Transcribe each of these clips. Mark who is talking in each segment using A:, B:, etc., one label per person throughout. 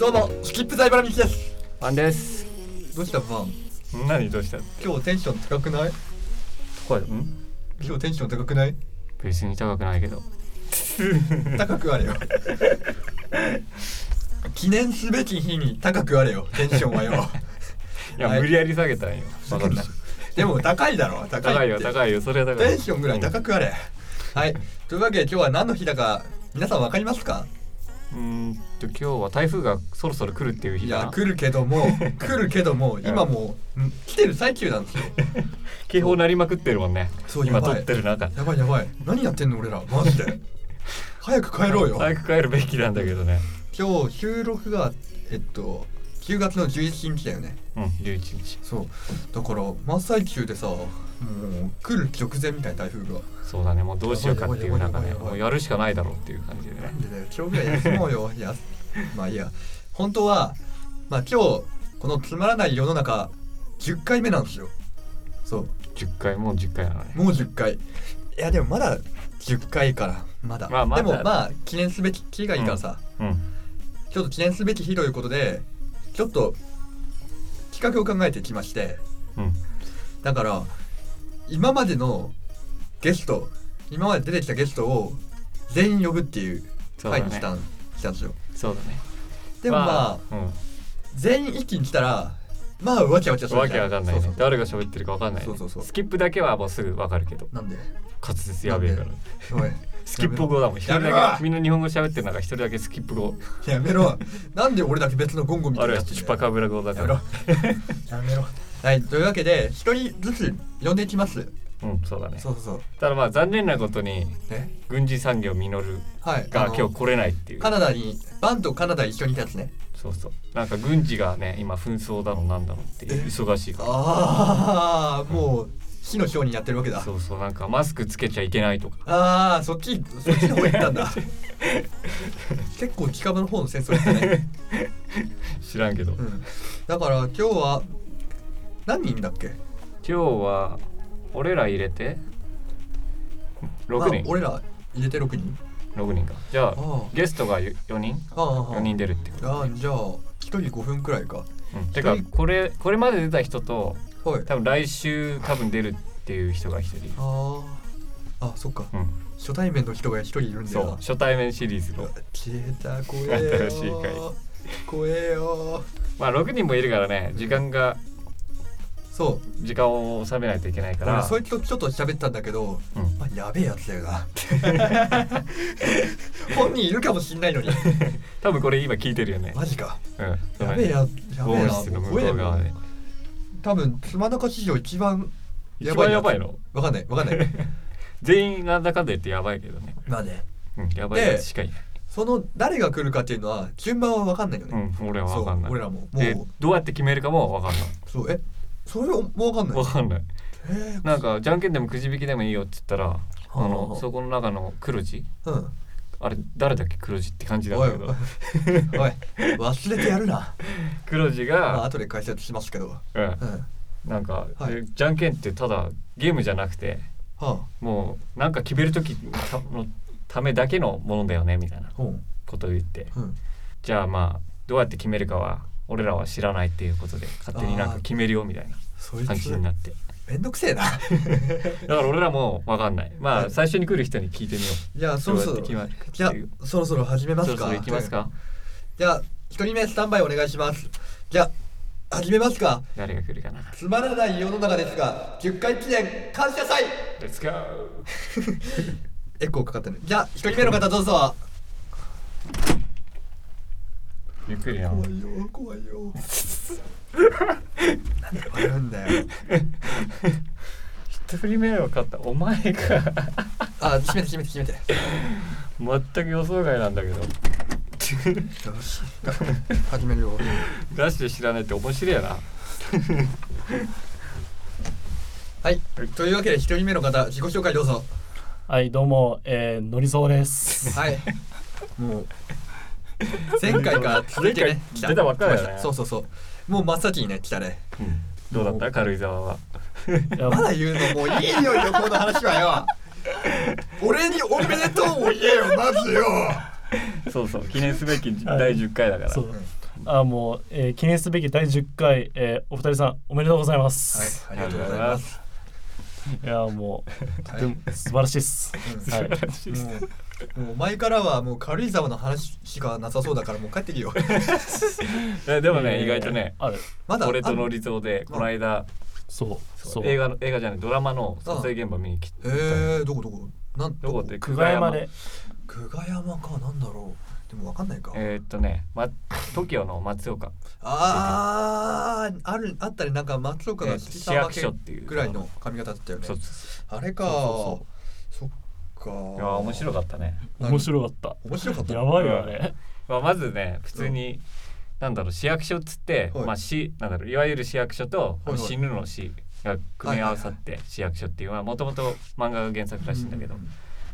A: どうもスキップ財原美希です
B: ファンです。
A: どうしたファン
B: 何どうしたの？
A: 今日テンション高くない
B: これん？
A: 今日テンション高くない
B: 別に高くないけど。
A: 高くあれよ記念すべき日に高くあれよテンションは よ
B: いや、
A: はい
B: 無理やり下げたんよ。わかんない。
A: でも高いだろ高いって
B: 高いよ高いよそれは高い。
A: テンションぐらい高くあれ、はいというわけで今日は何の日だか皆さんわかりますか
B: うん。うーんと今日は台風がそろそろ来るっていう日
A: い
B: かな
A: や。来るけど も来るけども今もうん来てる最中なんですよ
B: 警報鳴りまくってるもんね。
A: そう
B: 今
A: やば
B: 撮
A: い
B: ってる中。
A: やばいやばい何やってんの俺らマジで早く帰ろうよ
B: 早く帰るべきなんだけどね。
A: 今日収録がえっと9月の11日だよね
B: うん。11日。
A: そうだから真っ最中でさもう来る直前みたいな台風が
B: そうだね。もうどうしようかっていう中ね。
A: やばいやばいやばい
B: もうやるしかないだろうっていう感じでね。
A: でね今日ぐらい休もうよ いやまあいいや本当はまあ今日このつまらない世の中10回目なんですよそう
B: 10回もう10回なのね。
A: もう10回いやでもまだ10回からまだ,、
B: まあまだ
A: でもまあ記念すべき日がいいからさ、
B: うん。
A: ちょっと記念すべき日ということでちょっと企画を考えてきまして
B: うん。
A: だから今までのゲスト今まで出てきたゲストを全員呼ぶっていう
B: そうだ
A: 会
B: ね
A: にしたん,、したんですよ
B: そうだね。
A: でもまあ、
B: あ。うん。
A: 全員一気に来たらまあわちゃわちゃする
B: わ
A: じゃ
B: けわかんないね
A: そうそう
B: 誰が喋ってるかわかんないね、
A: そうそうそう
B: スキップだけはもうすぐわかるけど
A: なんで
B: 滑舌やべえから
A: おい
B: スキップ語だもん一人
A: やめ
B: だ
A: ろ
B: けみんな日本語喋ってる中一人だけスキップ語
A: やめ ろなんで俺だけ別のゴンゴみた
B: あ
A: いにな
B: るいは
A: ってん
B: チ
A: だ
B: ュ
A: よ
B: パカブラ語だか
A: やめろ
B: ら
A: や めろはいというわけで一人ずつ呼んでいきます
B: うんそうだね
A: そうそうそう
B: ただまあ残念なことに
A: ね
B: 軍事産業実る
A: はいあ
B: が
A: の
B: 今日来れないっていう
A: カナダにバンとカナダ一緒にいたやつね
B: そうそうなんか軍事がね今紛争だのなんだのっていう
A: え
B: 忙しいか
A: ああもう火の章にやってるわけ
B: ら
A: だ
B: そうそうなんかマスクつけちゃいけないとか
A: ああそっちそっちの方行ったん だ結構近場の方の戦争ですね、
B: 知らんけど、
A: う
B: 今
A: ん、だから今日は何人いんだっけ
B: 日は俺ら入れて
A: まあ
B: 6人、
A: 俺ら入れて6人
B: 6人かじゃあ
A: あ
B: ゲストが4人
A: あああ
B: 4人出るってこと、
A: ああじゃあ1人5分くらいか
B: うん、てか
A: 一人
B: これこれまで出た人と
A: はい
B: 多分来週多分出るっていう人が1人、
A: あああそっか
B: うん、
A: 初対面の人が1人いるんだ
B: そう
A: よ
B: 初対面シリーズの
A: 消えた怖えよ
B: 新しい回
A: 怖えよ
B: まあ6人もいるからね時間が
A: そう
B: 時間を収めないといけないか
A: 俺
B: ら
A: そいつとちょっと喋ったんだけど
B: うん
A: まあ、やべえやつだよな 本人いるかもしんないのに
B: 多分これ今聞いてるよね、
A: マジか
B: うん、
A: やべえやや
B: 防
A: べえ
B: 音
A: な
B: 室の向こう側で
A: 多分妻中史上一番
B: 一番やばい
A: の
B: の
A: わかんないわかん ない
B: 全員なんだかんだ言ってやばいけどね、
A: まあね
B: うん、やばいやつしかいない、
A: その誰が来るかっていうのは順番はわかんないよね、
B: うん、俺は
A: そう
B: 分かんない
A: 俺らもも
B: で
A: う
B: どうやって決めるかも分かんない
A: そうえそれもわかんない
B: 分かんない
A: えー
B: なんかじゃんけんでもくじ引きでもいいよって言ったら、あ
A: はあは
B: の
A: あ
B: そこの中の黒字
A: うん
B: あれ誰だっけ黒字って感じなん
A: おい
B: だ
A: お
B: け
A: い
B: ど
A: おい忘れてやる な
B: 黒字
A: まあ
B: が、
A: 後で解説しますけど
B: う
A: うん
B: ん、
A: は
B: なんか、
A: はい
B: でじゃんけんってただゲームじゃなくて
A: あ
B: もうなんか決める時のためだけのものだよねみたいな
A: うん
B: ことを言って
A: うん
B: じゃあまあどうやって決めるかは俺らは知らないっていうことで勝手になんか決めるよみたいな
A: そい
B: 感
A: つ
B: じになって
A: めんどくせえな
B: だから俺らも分かんないま
A: は
B: あ
A: い
B: 最初に来る人に聞いてみよう
A: じゃあそろそろ
B: どうやって決
A: じ
B: ま
A: ゃ
B: るかっていう
A: あそろそろ始めま
B: そ
A: す
B: ろ
A: か
B: そろ行きますか、
A: じゃあ一人目スタンバイお願いしますじゃあ始めますか
B: 誰が来るかな
A: つまらない世の中ですが10回記念感謝祭
B: Let's go!
A: エコーかかってるじゃあ一人目の方どうぞ
B: ゆっくりな
A: よ怖いよなんで笑うんだよ
B: 一人目は勝ったお前か
A: あ閉めて閉めて閉めて
B: 全く予想外なんだけど
A: よし始めるよ
B: ガチで知らないって面白いやな
A: はいというわけで一人目の方自己紹介どうぞ
C: はい、どうも、えー、のりそう です。
A: はいもう前回から続いてね来
B: 前回
A: た
B: 出たばっかだよね
A: 来ましたそうそうそうもう真っ先にね来たね
B: どうだった軽井沢はい
C: や
A: まだ言うのもういいよ旅行の話はよ俺におめでとうを言えよまずよ
B: そうそう記念すべき第10回だから、
C: そうあもう、えー記念すべき第10回、えーお二人さんおめでとうございます。
A: はい、ありがとうございます。
C: い、やも
A: は
C: うで
A: い
C: も素晴らしいです。
A: うん
C: はい。
A: もうもう前からはもう軽井沢の話しかなさそうだからもう帰ってきよう。
B: えでも
C: え
B: ね
C: ー
B: 意外とね
C: ある。
A: まだ
B: 俺とノ
A: り。
B: リゾーでこの間
C: そうそう。
B: 映画の映画じゃないドラマの撮影現場見に来て
A: えー、どこどこなん
B: どこで
C: 久我山で。
A: 久我山かなんだろう。でもわかんないか。
B: えーっとね、ま、TOKIO の松岡
A: あーあるあったりなんか松岡
B: え
A: が
B: ー
A: 七
B: 市
A: 三
B: 役
A: 分
B: 所っ
A: け
B: ていう
A: ぐらいの髪型だったよね
B: そう。です
A: あれか
B: そ
A: そっか。
B: いやー面白かったね、
C: 面白かっ。
A: 面白かったた。
C: やばいよね。
B: まあ、まずね普通に、なんだろう市役所っつって、
A: はい
B: まあ市なんだろういわゆる市役所と、
A: はいはい
B: 死ぬの市が組み合わさって市役所っていうまあもともと漫画が原作らしいんだけど、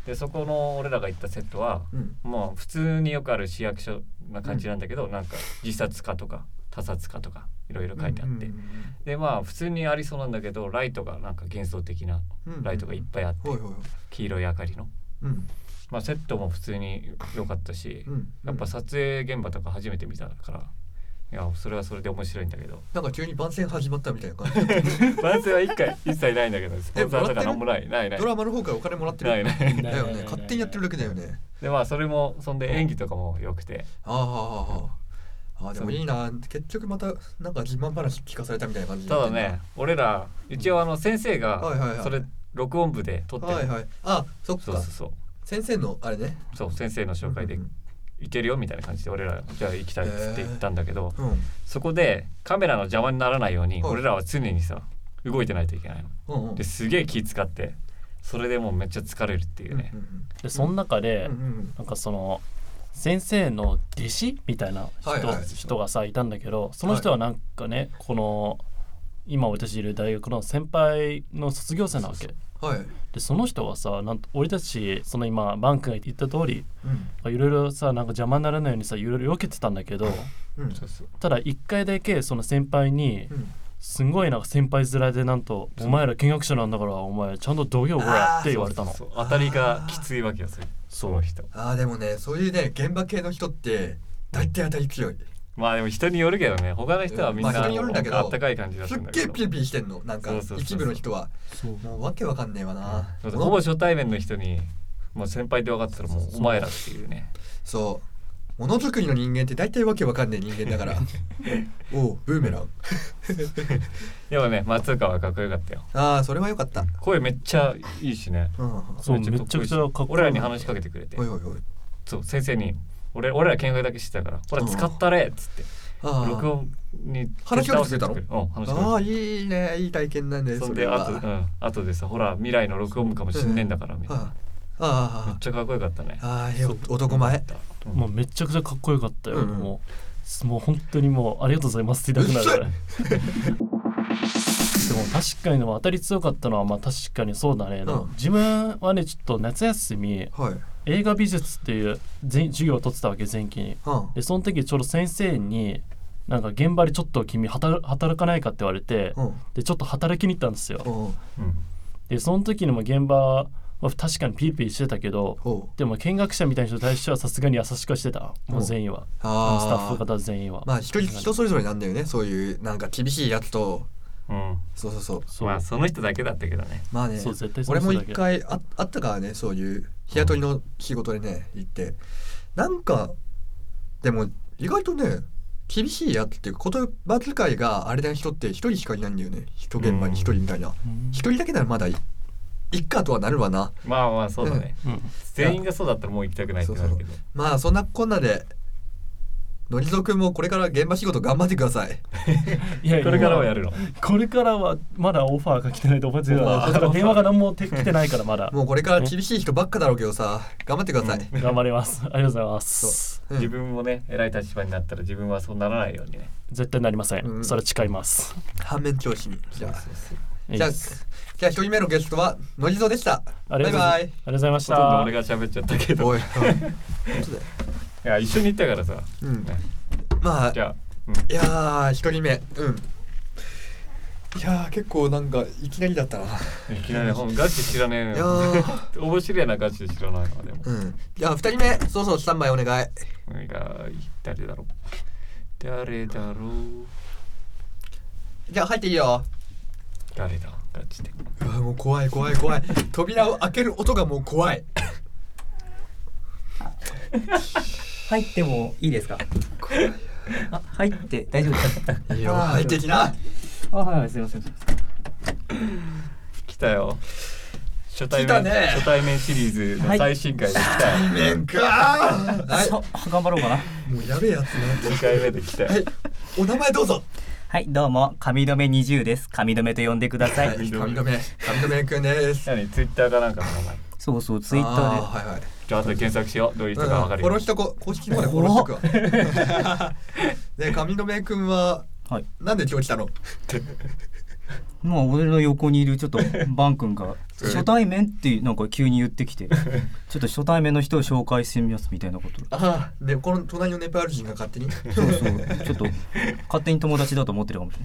B: でそこの俺らが行ったセットは
A: うん。うん
B: もう普通によくある市役所な感じなんだけど、なんか自殺かとか他殺かとかいろいろ書いてあって、でまあ普通にありそうなんだけどライトがなんか幻想的なライトがいっぱいあって、
A: はいはいはい。
B: 黄色い明かりの、
A: うん
B: まあ、セットも普通に良かったし、
A: うん。
B: やっぱ撮影現場とか初めて見たからいやそれはそれで面白いんだ けど
A: なんか急に番宣始まったみたいな感 じ。
B: 番宣は一回一切ないんだけどスポンサーとかなんもないないない
A: ドラマの方からお金もらってる。
B: ないない
A: だよね。勝手にやってるだけだよね。
B: でまあそれもそんで演技とかも良くて
A: ああ、ああでもいいな結局またなんか自慢話聞かされたみたいな感じ
B: ただね俺ら一応あの先生
A: はいはいは
B: が
A: い
B: それ録音部で撮ってる
A: はいはいあそっ
B: そ
A: か
B: うそうそう
A: 先生のあれね
B: そう先生の紹介で行けるよみたいな感じで俺らじゃあ行きたいっつって行ったんだけど
A: うんうん
B: そこでカメラの邪魔にならないように
A: はい
B: 俺らは常にさ動いてないといけないの。
A: うんうん
B: ですげえ気使ってそれでもうめっちゃ疲れるっていうね
A: う。ん
C: でその中で、
A: うんうん
C: なんかその先生の弟子みたいな人,、
A: はいはい
C: 人がさいたんだけどその人はなんかね、この今私いる大学の先輩の卒業生なわけ
A: はい
C: でその人はさなんと俺たちその今バンクが言った通り
A: うん
C: いろいろさなんか邪魔にならないようにさいろいろ避けてたんだけど
A: うん
B: そうそう
C: ただ一回だけその先輩に
A: うん
C: すんごいなんか先輩面でなんと「お前ら見学者なんだからお前ちゃんとどげよこら」って言われたの
B: そうそう当たりがきついわけよそれその人
A: ああでもねそういうね現場系の人って大体当たり強い
B: まあでも人によるけどね他の人はみんな,、
A: まあ人によるんだけど
B: あったかい感じだっ
A: す
B: た
A: っ
B: んだ
A: げ
B: け
A: え
B: ど
A: ピリピリしてんのなんか
B: そうそうそうそう
A: 一部の人はもうわけわかんねえわな
B: そうそうほぼ初対面の人にもう先輩って分かったらもうお前らっていうね
A: そうものづくりの人間って大体わけわかんねえ人間だからおうブーメラン
B: でもね松岡はかっこよかったよ
A: ああそれはよかった
B: 声めっちゃいいしね
A: うんおい
C: そうめちゃくちゃかっこいい
B: 俺らに話しかけてくれて
A: おいおい
B: そう先生に俺俺ら見学だけしてたからほら使ったれっつって
A: ああ
B: 録音に
A: 話しかけてくれたの
B: 手伝わせてくれるうん話しかけてくれた
A: ああいいねいい体験なんで
B: そ
A: そ
B: ん
A: れ
B: であと、う
A: は
B: ん、あとでさほら未来の録音部かもしんねえんだからみたいな、
A: あ
B: め
A: あ
B: っちゃかっこよかったね
A: ああああええお男前
B: うん
C: もうめちゃくちゃかっこよかったよ、
A: うんうん
C: もうもう本当にもうありがとうございますって言いたくなるぐらいでも確かにでも当たり強かったのはまあ確かにそうだね、でも自分はねちょっと夏休み
A: はいうん
C: 映画美術っていう全授業を取ってたわけ前期に
A: あ
C: でその時ちょうど先生になんか現場でちょっと君働働かないかって言われて
A: うん
C: でちょっと働きに行ったんですよ
A: うん
B: うん
C: でその時にも現場は確かにピリピリしてたけど
A: おう
C: でも見学者みたいな人に対してはさすがに優しくはしてたもう全員は
A: ああ
C: スタッフの方全員は、
A: まあ人人それぞれなんだよねそういうなんか厳しいやつと
B: うん
A: そうそうそう
C: そう、
B: まあその人だけだったけどね
A: まあね
C: そう絶対その
A: 俺
C: 人
A: も
C: だ
A: 一
C: け
A: 回ああったからねそういう日雇いの仕事でね行ってなんかでも意外とね厳しいやつっていう言葉遣いがあれな人って一人しかいないんだよね人現場に一人みたいな
C: うん
A: 一人だけならまだいいいっかとはなるわな
B: まあまあそうだね、
C: うん
B: 全員がそうだったらもう行きたくないってなるけど
A: まあそんなこんなでのりぞくんもこれから現場仕事頑張ってください
C: いやいや
B: これからはやるの
C: これからはまだオファーが来てないと思ってる
A: オファー
C: から電話が何もて来てないからまだ
A: もうこれから厳しい人ばっかだろうけどさ頑張ってください、
C: 頑張りますありがとうございます
A: うん
B: 自分もね偉い立場になったら自分はそうならないようにね
C: 絶対なりません、
A: うん
C: それ誓います
A: 反面教師にじゃあ
B: そうそうそう
A: じゃあ
C: いい
A: じゃあ一人目のゲストはのりぞでした
C: あ
A: バ
C: りが
A: イ
C: とうござ
A: バイ
C: いありがとうございまし
B: ほとんど
C: た
B: 俺が喋っちゃったけど
A: おい
B: いや一緒に行ったからさ、
A: うん
B: ね
A: まあ
B: じゃあ、うん
A: いやー一人目うんいやー結構なんかいきなりだったな、
B: いきなり本ガチ知らねえ
A: いや
B: のよ。
A: ー
B: 面白いなガチで知らないのでも。
A: うんじゃあ二人目そうそうスタンバイお願い
B: が誰だろう。誰だろう
A: じゃあ入っていいよ
B: 誰だガチで
A: うわもう怖い怖い怖い 扉を開ける音がもう怖い
D: 入ってもいいですかあ入って大丈夫ですか
A: いいよ入ってきな
D: あはいはいすいませんすいません
B: 来たよ初対
A: 来た
B: 面、
A: ね
B: 初対面シリーズの最新回で来た、
A: 面かはい
D: そう頑張ろうかな
A: もうやべえやつね
B: 2回目で来たよ
A: はいお名前どうぞ
D: はいどうも髪留め20です髪留めと呼んでください、
A: はい神留め神留めくんです
B: 何ツイッターかなんかの名前
D: そうそうツイッタ
A: あ
D: ーで
A: はいはい
B: ちょっと検索しようどういう人
A: うん
B: かわかる
A: フォロ
B: よう
A: ー
B: に
A: しとこう公式の方でフォローしとくわ ね神留めくんは
D: はい
A: なんで今日来たの
D: まあ俺の横にいるちょっ とバン君が初対面ってなんか急に言ってきてちょっと初対面の人を紹介してみますみたいなこと
A: ああでこの隣のネパール人が勝手に
D: そうそうちょっと勝手に友達だと思ってるかもし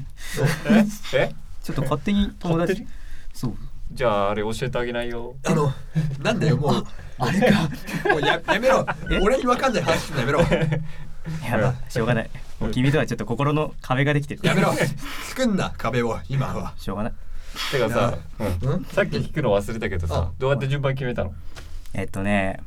D: れない
B: ええ
D: ちょっと勝手に友
B: 勝手
D: 達
B: に
D: そう
B: じゃああれ教えてあげないよ
A: あのなんだよもう
D: あれか
A: もうややめろ俺にわかんない話すんのやめろ
D: やばいしょうがないもう君とはちょっと心の壁ができてる
A: やめろ作んな壁を今は
D: しょうがない
B: てかさ、うん
A: うん
B: さっき聞くの忘れたけどさ
A: あ
B: どうやって順番決めたの
D: えっとね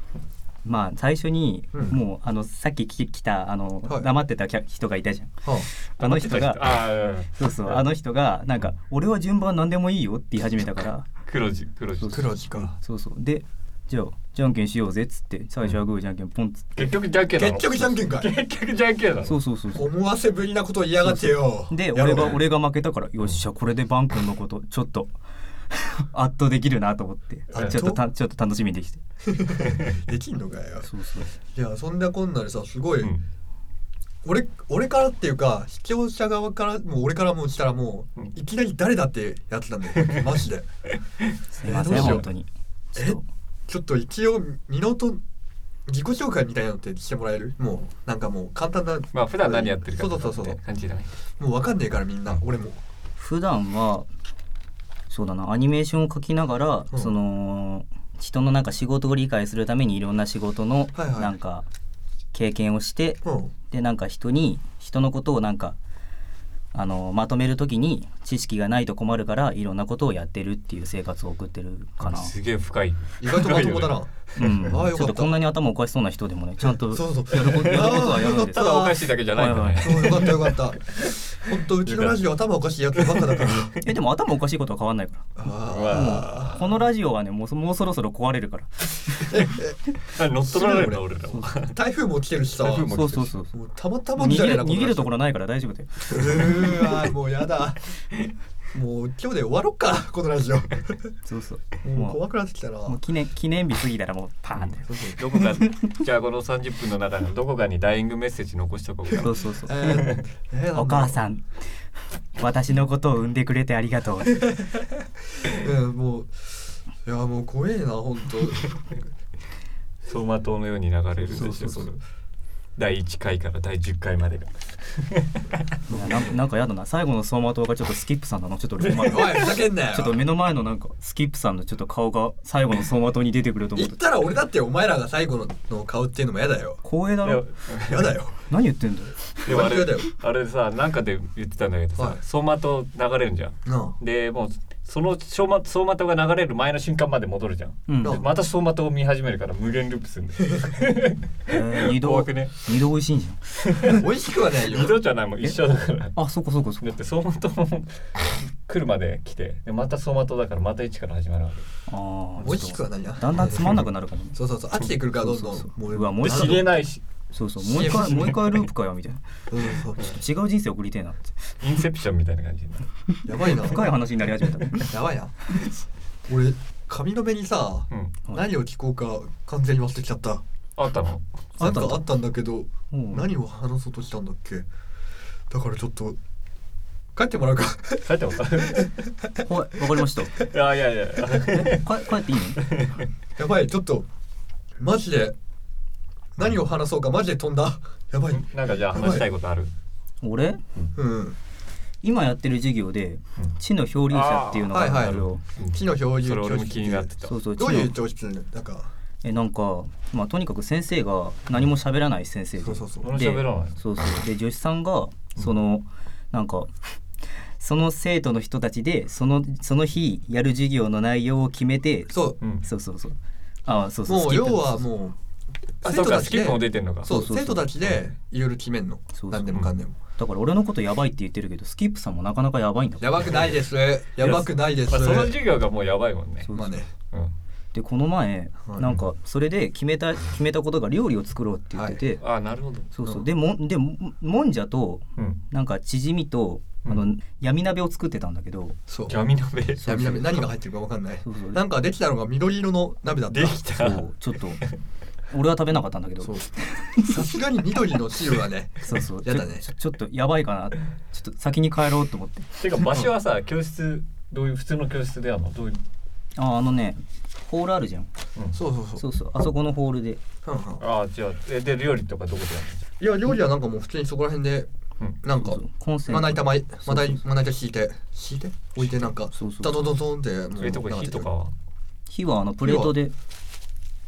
D: まあ最初に、
A: うん
D: もうあのさっき来来たあの、
A: はい
D: 黙ってたキャ人がいたじゃん
A: は
D: あの人が
B: あーうん
D: そうそうあの人がなんか「俺は順番何でもいいよ」って言い始めたから
B: 黒字黒字
A: あ黒字か
D: そうそうでじゃあじゃんけんしようぜっつって最初はグーじゃんけんポンっつって
B: 結局じゃんけんなの
A: 結局じゃんけんかい
B: 結局じゃんけんなの
D: そうそうそうそう
A: 思わせぶりなことを言いやがってよ
D: で
A: やろ
D: 俺
A: う
D: が俺が負けたからよっしゃこれでバン君のことちょっと 圧倒できるなと思って
B: 圧倒
D: ちょっとたちょっと楽しみにできて
A: できんのかよ
D: そうそう
A: いやそんなこんなでさすごい、
B: うん
A: 俺俺からっていうか視聴者側からもう俺からもしたらもう、
B: うん
A: いきなり誰だってやってたんだよ マジです
D: いま
A: え
D: せ
A: どうし
D: ん
A: よう
D: 本当に
A: え
D: そう
A: ちょっと一応ミノと自己紹介みたいなのってしてもらえるもうなんかもう簡単な
B: まあ普段何やってるか
A: そうそうそうそう
B: って感じだね
A: もうわかんねえからみんな俺も
D: 普段はそうだなアニメーションを描きながら、
A: うん
D: その人のなんか仕事を理解するためにいろんな仕事の
A: はいはい
D: なんか経験をして、
A: うん
D: でなんか人に人のことをなんかあのまとめるときに知識がないと困るからいろんなことをやってるっていう生活を送ってるかな。
B: すげえ深い
A: 意外とまともだな
D: うん、
A: ああよ
D: ち
A: か
D: ょ
A: っ
D: ったとこんなに頭おかしそうな人でもねちゃんと
A: そうそう
D: やることやることはやるんです
B: た
A: あーよかっ
B: だおかしいだけじゃないんだね
A: そうよかったよかった本当うちのラジオ頭おかしいやつばっかだから
D: えでも頭おかしいことは変わんないか
A: あ
D: らこのラジオはねもうそもうそろそろ壊れるから
B: あ乗っ取られるな俺らも
A: あ台風も来てるしさ
B: 台風も
A: も
D: そうそうそう
A: うたまたま
D: 逃
A: みたい
D: げ
A: な
D: 逃げるとこ
A: ろ
D: ろないから大丈夫だよ
A: うーわもうやだもう今日で終わろっかこのラジオ
D: そうそう
A: もう
D: も
A: 怖くなってきたな
D: うもう記念記念日過ぎたらもうパーンって
A: そうそう
B: どこかじゃあこの30分の中のどこかにダイイングメッセージ残しとこうか
D: そうそうそう
A: えーえーなんだろう
D: お母さん私のことを産んでくれてありがとう
A: うんもういやもう怖えな本当
B: 走馬灯のように流れるでしょ
A: そうそうそう
B: この第1回から第10回までが
D: いやなんかなんかやだな最後の走馬灯がちょっとスキップさんだなちょっと俺今ち
A: お
D: ょ
A: いふざけんなよ
D: っと目の前のなんかスキップさんのちょっと顔が最後の走馬灯に出てくると思っ
A: 言ってたら俺だってお前らが最後のの顔っていうのもやだよ
D: 光栄だ
B: でも
D: ろ
A: やだよ
D: 何言ってんだよ
B: でもあ
A: 本
B: れ
A: 当だよ
B: あれさなんかで言ってたんだけど
A: はい
B: さ走馬灯流れるじゃん
A: な
B: でもうその走馬走馬灯が流れる前の瞬間まで戻るじゃん
D: うん
A: どう
B: でまた走馬灯を見始めるから無限ループするんだよ
D: えー二
B: 怖
D: 度
B: くね
D: 二度美味しいんじ
A: あ美味しくは ないよ
B: 二度じゃないもん一緒だから
D: ゃんあそこそこそ
B: だ
D: こ
B: って走馬灯も来るまで来てでまた走馬灯だからまた一から始まるわけ
D: ああ
A: 美味しくはないな
D: だんだんつまんなくなるかもね
A: そうそうそう飽きてくるからどんどん
D: そうそう
A: も
D: うわ
B: で
D: もう一
B: 知
D: 回
B: れないし
D: そうそう もう一回もう一回ループかよみたいな
A: うんそう
D: 違う人生送りてえなって
B: インセプションみたいな感じになる
A: やばいな
D: 深い話にな り始めたね
A: やばいな俺髪の目にさ
B: うん
D: はい
A: 何を聞こうか完全に忘れちゃった
B: あったの
D: あ
A: な
D: っ
A: ん
D: た
A: か
D: んだ
A: あったんだけど
D: うん
A: 何を話そうとしたんだっけだからちょっと帰ってもらうか
B: 帰ってもら う
D: はいわかりました
B: いやいやいや
D: えか帰っていいの
A: やばいちょっとマジで何を話そうかマジで飛んだやばい
B: なんかじゃあ話したいことある
D: 俺
A: うん
D: 今やってる授業で
B: うん
D: 地の漂流者っていうのがあるんだけど
A: 木の表
B: そ
A: 示
B: れ俺も気になってた
D: そうそう
A: どういう教室なんか
D: えなんか、まあ、とにかく先生が何も喋らない先生で
A: そうそうそう
B: 俺喋らない
D: そうそうで女子さんがそのなんかその生徒の人たちでそのその日やる授業の内容を決めて
A: そう
B: うん
D: そうそうそうあそうそう
A: もう
D: スキップ
A: 要はもう
B: あ
A: 生
B: そう
A: 徒
B: か
A: た
B: ス
A: ち
B: キ
A: で
B: ップも出てんのか
A: そう
D: そうそうそう
A: 生徒たちでいろいろ決めんの
D: そうそう
A: 何でもかんでも
D: だから俺のことやばいって言ってるけどスキップさんもなかなかやばいんだ
A: やばくないですやばくないです
B: まあ、その授業がもうやばいもんね
D: そう
A: まあね
B: うん
D: でこの前
A: はい
D: なんかそれで決めた決めたことが料理を作ろうって言ってて、
B: あなるほど
D: そうそううんでもでももんじゃと
B: うん
D: なんかチヂミとあ
B: う
D: の闇鍋を作ってたんだけど
A: そう
B: 闇鍋で
A: や みなみ何が入ってるかわかんない
D: そうそう
A: なんかできたのが緑色の鍋だった
B: き
D: そ
B: た
D: うちょっと俺は食べなかったんだけど
A: そうさすがに緑の汁はね
D: そうそう
A: やだね
D: ちょちょっとやばいかなちょっと先に帰ろうと思って
B: てか場所はさ教室どういう普通の教室であんのどういう
D: ああのねホールあるじゃん
A: そうそうそ
D: そううそうあそこのホールで
A: はんはん
B: ああじゃあえで料理とかどこでや
A: いや料理はなんかもう普通にそこら辺で
B: るの
A: なんか
D: そうそうコンセント
A: まな板まいまな
D: そうそう
A: まな板引いて引いて置いてなんか
D: そうそう
A: ダドドドンっても
B: うんえとこ火とかは
D: 火はあのプレートで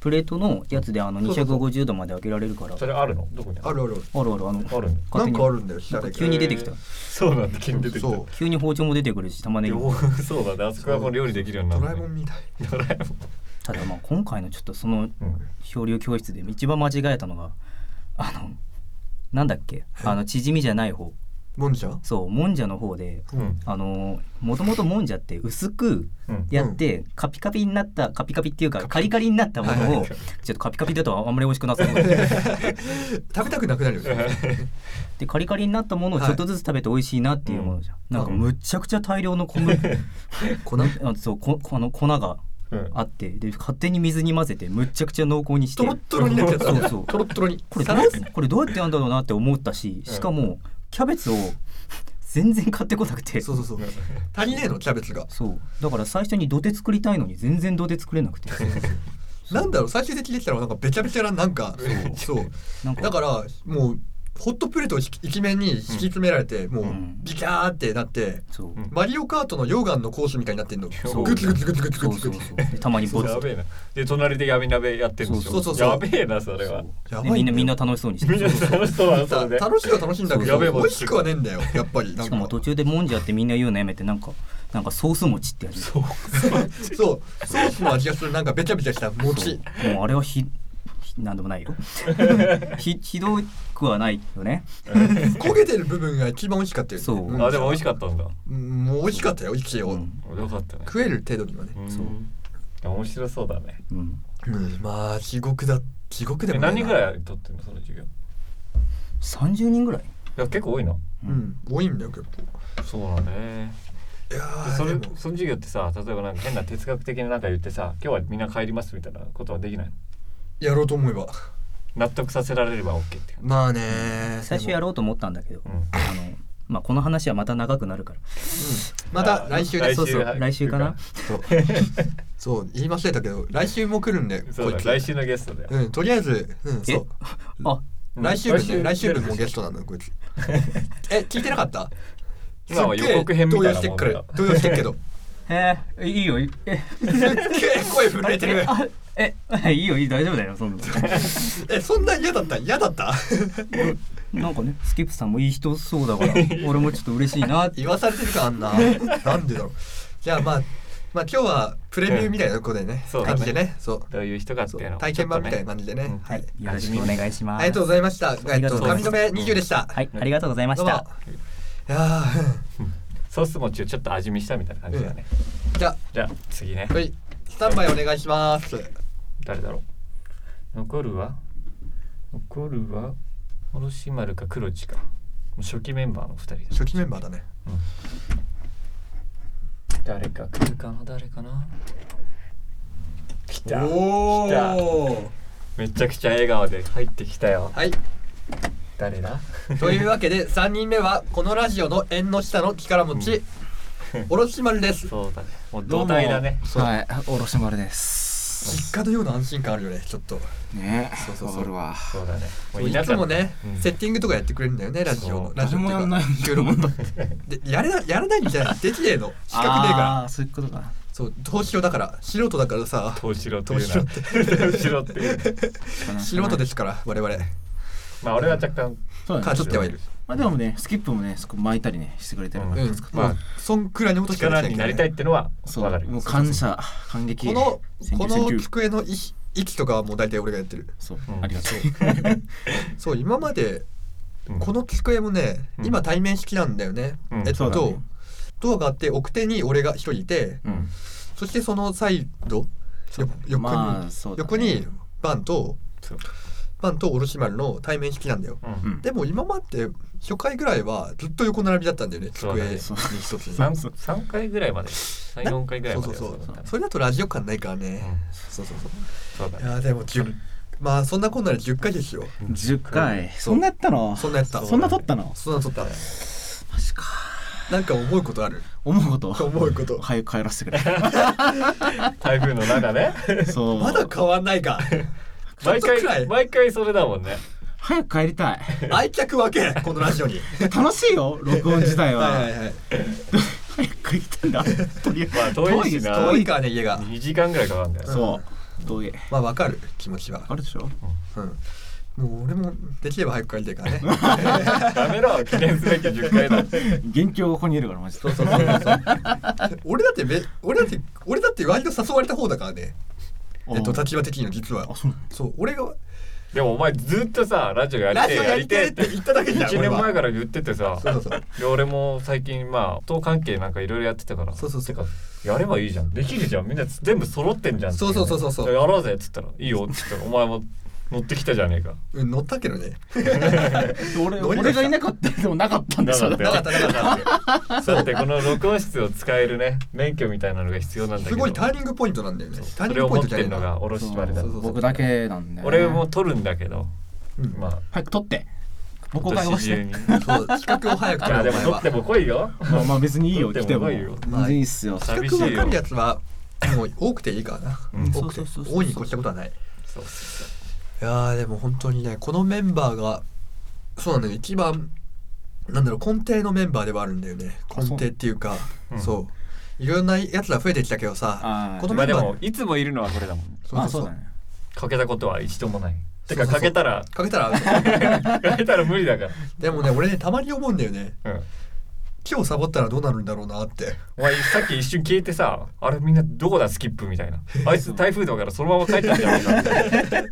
D: プレートのやつであ
A: そ
D: の
A: うそうそう
D: 250度まで上げられるから
B: それあるのどこに
A: あるある
D: あるあるあの
B: あるの
A: な
D: 勝手
A: ん
D: に
A: かあるんだよ
D: なんか急に出てきた
B: へーそうなんだ急に出てきた
A: そう
D: 急に包丁も出てくるし玉ね ぎ
B: 両
D: も
B: 方そうだねあそこはもう料理できるようにな
A: ド
B: る
A: ラえもんみたい
B: んドラえもん
D: ただまあ今回のちょっとその
B: うん
D: 漂流教室で一番間違えたのがあのなんだっけあの縮みじゃない方
A: もんじ ゃ
D: そうもんじゃの方で
B: うん
D: あのもともともんじゃって薄く
B: うん
D: やって、カピカピになったカピカピっていうかカリカリになったものをちょっとカピカピだとあんまり美味しくなさそうなんで
A: 食べたくなくなるよね
D: でカリカリになったものをちょっとずつ食べて美味しいなっていうものじゃん、なんかむっちゃくちゃ大量の 小麦
A: 粉
D: あそうここの粉が
B: うん
D: あってで勝手に水に混ぜてむっちゃくちゃ濃厚にして
A: トロットロになっちゃった
D: そうそう
A: トロットロに
D: これど
A: さ
D: う
A: ら
D: やこれどうやってやんだろうなって思ったししかもキャベツを全然買ってこなくて
A: そうそうそう足りねえのキャベツが
D: そうだから最初に土手作りたいのに全然土手作れなくて
A: なんだろう最終的にできたのはなんかべちゃべちゃななんかそう
D: なんか
A: だからもうホットプレートを一面に引き詰められて、もう
D: うん
A: ビキャーってなって、
D: そう
B: うん
A: マリオカートの溶岩のコースみたいになってんの
B: そう
A: グツグツグツグツ
D: そ
A: グ
D: う
A: ツ
D: そ
A: グ
D: う
A: ツ
D: そうでたまに
B: そ
D: ボ
B: う
D: ツ
B: やべえなで隣で闇鍋やってるんでしょ
A: そうそうそう
B: やべえなそれは
D: そ
A: や
D: う
A: ばい
D: でみんなみんな楽しそうにして
B: みんな
D: るそう
B: 楽しそうなのそ
A: た
B: れで
A: 楽しいは楽しいんだけ
B: そう
A: ど
B: やべえもん
A: 美味しくはねえんだよやっぱりなん
D: しかも
A: か
D: 途中でもんじゃってみんな言うのやめてなんかなんかソース餅ってやる
B: そう
A: そうソースの味がするなんかべちゃべちゃした餅
D: もうあれはひひなんでもないよひひどくはないよね
A: 焦げてる部分が一番美味しかったよね
D: そう
B: あでも美味し
A: か
B: かったんだ
A: うんもう美味しかったよ一応、
D: うん
B: よかったね
A: 食える程度にはね、
D: そうん
B: 面白そうだね
D: うん
A: うんまあ地獄だ地獄で
B: え
A: もない
B: 何人
A: な
B: ぐらい取ってんのその授業い
D: 30人ぐらい
B: や結構多いな
A: うん多いんだよ結構
B: そうだね
A: いや
B: で
A: ー
B: それ
A: でも
B: その授業ってさ例えばなんか変な哲学的ななんか言ってさ今日はみんな帰りますみたいなことはできないの
A: やろうと思えば
B: 納得させられれば OK って感
A: まあね
D: 最初やろうと思ったんだけど
B: じ、うん、
D: あのまあこの話はまた長くなるから
A: また来週で
B: 来
A: す
B: 週
D: そうそう来週かな
A: そうそう言い忘れたけど来週も来るんで
B: そ
A: こ
B: うだ
A: いつ
B: 来週のゲストだよ、
A: うんとりあえずうんそう
D: あ
B: うん
A: 来週分ね来週分も
B: 来
A: ゲストなのよこい つえ聞いてなかった
B: 今は予告編みたいなもんだ
A: すっげえ動揺してっから動揺してっけど
D: えー、いいよいいえ
A: すっげえ声震えてる
D: あええいいよいい大丈夫だよそんな
A: えそんな嫌だった嫌だった
D: なんかねスキップさんもいい人そ うだから俺もちょっと嬉しいなって
A: 言わされてるかあんななんでだろうじゃあまあまあ今日はプレビューみたいなことでね
B: うんそうだね
A: 感じでねそう
B: どういう人かって
A: そ
B: いう
A: う
B: のを
A: 体験版みたい
B: ちょ
A: な
B: っと
A: 感
B: ね
A: じでね
B: うん
A: はい
D: よろしくお願いします
A: ありがとうございました
D: あ
A: え
D: り
A: っ
D: がと
A: と
D: うござ
A: 髪
D: います
A: 留め20でした
D: はいありがとうございまし
A: どうも
D: た
A: いやー
B: ソース餅をちょっと味見したみたいな感じだね、
A: じゃ
B: じゃあ次ね
A: あ、はい、スタンバイお願いします。
B: 誰だろう残るは残るは卸丸か黒地かもう初期メンバーの2人だ
A: 初期メンバーだね。
B: 誰か来るかな誰かな来た
A: お
B: 来た
A: お。
B: めちゃくちゃ笑顔で入ってきたよ
A: はい。
B: 誰だ
A: というわけで、三人目はこのラジオの縁の下の力持ち。おろし丸です。
B: そうだねもう土台だね
E: はい、おろし丸です。
A: 実家のような安心感あるよね、ちょっと。
E: ねえ、
A: そうそう
E: わか
A: そう
E: るわ。
B: そうだねもう
A: い
B: 田
A: つ
B: 舎
A: もね、
B: うん
A: セッティングとかやってくれるんだよね、ラジオ
B: そ
A: の。
B: う
A: ラジ
E: 誰
A: オ
E: もやん
A: っ
E: ないんだけど。
A: ていうかでやれな、やらないんじゃない、できねえの、資格ねえか
E: あー、そういうことか。
A: ら。そう東京だから素人だからさ
B: 東城っていうな東城っていう
A: 素人ですから我々
B: まあ俺は若干
D: そうだ
A: か
D: ね
A: じってはいる
D: まあでもねスキップもねそこ巻いたりねしてくれてるから、
B: うん
A: ま
B: ま
A: あ
B: あ
A: そんくらいのことしか
B: 力
A: で
B: に
A: き
B: な
A: ない
B: りたいってのは
D: そう
B: わかる
D: もう感謝感激
A: この
D: 選
A: こ
D: 挙選
A: の
D: 挙
A: 机のい 息とかはもう大体俺がやってる
D: そう、
B: うん
D: ありがとう
A: そう今まで
B: うん
A: この机もね、
B: うん
A: 今対面式なんだよね、
B: うん
A: えっと、
D: そうだね
A: ドアがあって奥手に俺が一人いて
D: うん
A: そしてそのサイドよ横に、
D: まあそうだね
A: 横にバンと
B: そう
A: バンとおろし丸の対面式なんだよ
B: うん
D: うん
A: でも今まで初回ぐらいはずっと横並びだったんだよね机
B: そうだ
A: に
B: ね
A: 一
D: そう
A: つに
B: 三三回ぐらいまで三四回ぐらい
A: そう
B: ま
A: そう
B: で
A: そう
B: だったね
A: それだとラジオ感ないからね、
B: うん
A: そうそうそう
B: そうだ
A: い
B: ね
A: やーでも10まあそんなこんなで10回ですよ
D: 10回そんなやったの
A: そんなやった
D: そんな撮ったの
A: そんな撮ったね
D: マジか
A: なんか思うことある
D: 思うこと
A: 思うこと
D: 早く帰らせてくれ
B: 台風の中ね
D: そ う
A: まだ変わんない か ちょっ
B: 毎
A: とくら
B: 回
A: い
B: 毎回それだもんね
D: 早く帰りたい
A: 愛着わけこのラジオに
D: 楽しいよ録音自体は
A: はいはいはい
D: 早く帰りたいんだとりあえず
B: まあ遠いしな
A: 遠いからね家が
B: 二時間ぐらいかかるんだよ
D: そう遠い
A: まあわかる気持ちは
D: あるでしょ
A: うんもう俺もできれば早く帰りたいからね
B: やめろ記念すべき10回だ
D: 元凶がここにいるからマジで
A: そうそうそうそう俺だってめ俺だって俺だって割と誘われた方だからねえっと立場的には実は
D: あそう
A: そう俺が
B: でもお前ずっとさラジオやり
A: ラ
B: て
A: ジ
B: え
A: オ
B: や
A: や
B: り
A: り
B: て
A: てえ
B: えっ
A: ってて言っただけじゃん
B: 1
A: 俺
B: 年
A: は
B: 前から言っててさ
A: そうそうそう
B: で俺も最近まあ党関係なんかいろいろやってたから
A: そうそうそう
B: てかやればいいじゃんできるじゃんみんな全部揃ってんじゃんってい
A: そうそうそうそうそう
B: じゃあやろうぜっつったらいいよっつったらお前も乗ってきたじゃねえか
A: うん乗ったけどね
D: 俺
A: 乗りました
D: 俺がいなかったでもなかったんで
B: な
D: し
B: か
D: ょ
B: ったよ
A: なかったなか
B: っただってこの録音室を使えるね免許みたいなのが必要なんだけ
A: す
B: ど
A: ごいターニングポイントなんだよねター
B: そ
A: ニン
B: れ
A: グ
B: を
A: ポイ
B: 持
A: ン
B: っ
A: トじゃ
B: て
A: ない
B: んのが卸
D: そう
B: しまれだ
A: そうそう
D: 僕だけなんで
B: 俺も取るんだけど
A: うん
B: まあ
D: 早く撮って僕が押し
B: 中
D: て
B: にい
A: そう企画を早く
B: や
A: 取る
B: で
A: お前
B: も取っ
A: は
B: ても来いよ
D: まあまあ別にいいよ
B: 撮っ
D: 来
B: て
D: て
B: も
D: も
B: 来いよ
D: まあいいっすよ
A: 企画
B: 寂し
A: わ
B: い
A: か
B: よ
A: るやつはもう多くていいからな
B: うん
A: 多くて
F: そうそうそうそう
A: 多いに越したことはない
B: そうそう
A: いやーでも本当にねこのメンバーがそうなんだよ一番なんだろう根底のメンバーではあるんだよね
D: あ
A: 根
D: そう
A: 底っていうか
B: うん
A: そういろんなやつら増えてきたけどさ
D: あー
A: こ
B: そ
A: の
B: うま
A: メン
B: あ
A: バ
B: でも
A: ー
B: いつもいるのはこれだもん
A: そう
D: ま
A: そうそ
D: あそううだね
B: かけたことは一度もない
A: そ
B: て
A: うそう
B: か
A: そう
B: かけたら
A: かけたら
B: かけたら無理だか
A: でもね俺ねたまに思うんだよね
B: ら、うん、
A: 今日サボったらどうなるんだろうなって
B: お前さっき一瞬消えてさあれみんなどこだスキップみたいなあいつ台風だからそのまま帰ったんじゃないかみたいない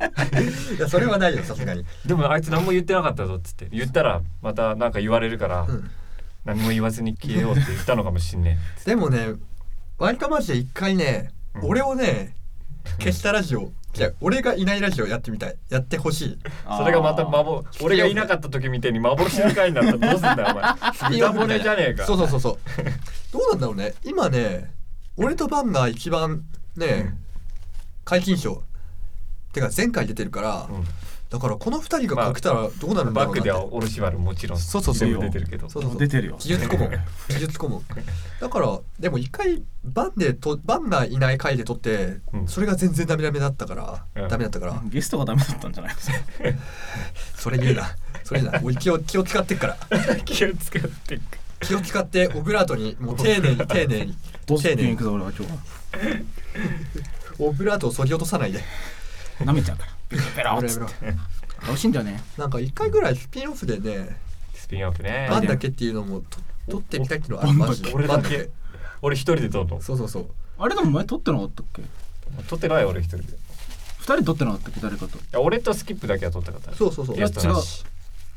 A: やそれはないよさすがに
B: でもあいつ何も言ってなかったぞっつって言ったらまたなんか言われるから、
A: うん
B: 何も言わずに消えようって言ったのかもしんね
A: でもね割とマジで一回ね、
B: うん
A: 俺をね消したラジオじゃあ俺がいないラジオやってみたいやってほしい
B: えそれがまた
D: あー
B: 幻俺がいなかった時みたいに幻の回になったらどうすんだよ お前歌骨じゃねえか
A: そうそうそう そうどうなんだろうね今ね俺とバンが一番ね、
B: うん
A: 解禁賞てか前回出てるから、
B: うん
A: だからこの二人が書けたらどうなるんだ
B: バ
A: ろ
B: ッ
A: うな
B: ク
A: っ
B: で
A: て、
B: はおろし丸もちろん
A: そうそうそう
B: 全部出てるけど
A: そうそうそう
D: 出てるよ
A: 技術顧 問技術顧問だからでも一回バンでとバンがいない回で撮って、
B: うん
A: それが全然ダメダメだったから、
B: うん
A: ダメだったから、
D: ゲストがダメだったんじゃないですか
A: それ言うなそれ言うなもう気を気を使ってっから
B: 気を使って
A: 気を使ってオブラートにもう丁寧に丁寧に
D: どうす
A: 丁
D: る
A: 寧に
D: 行くぞ俺は今日は
A: オブラートを削ぎ落とさないで
D: 舐めちゃうからペロペロっつって美味しいんだよね
A: なんか一回ぐらいスピンオフでね
B: スピンオフね
A: バンだけっていうのもと撮ってみたいっていうのはあるマジで
B: 俺
A: バ
B: だ
A: ンだけ
B: け俺一人で撮るの
A: そうそうそう
D: あれでも前撮ってなかったっけ
B: 撮ってないよ俺一人でい
D: 二人撮ってなかったっけ誰かと
B: や俺とスキップだけは撮ったかった
A: そうそうそう
B: いや違う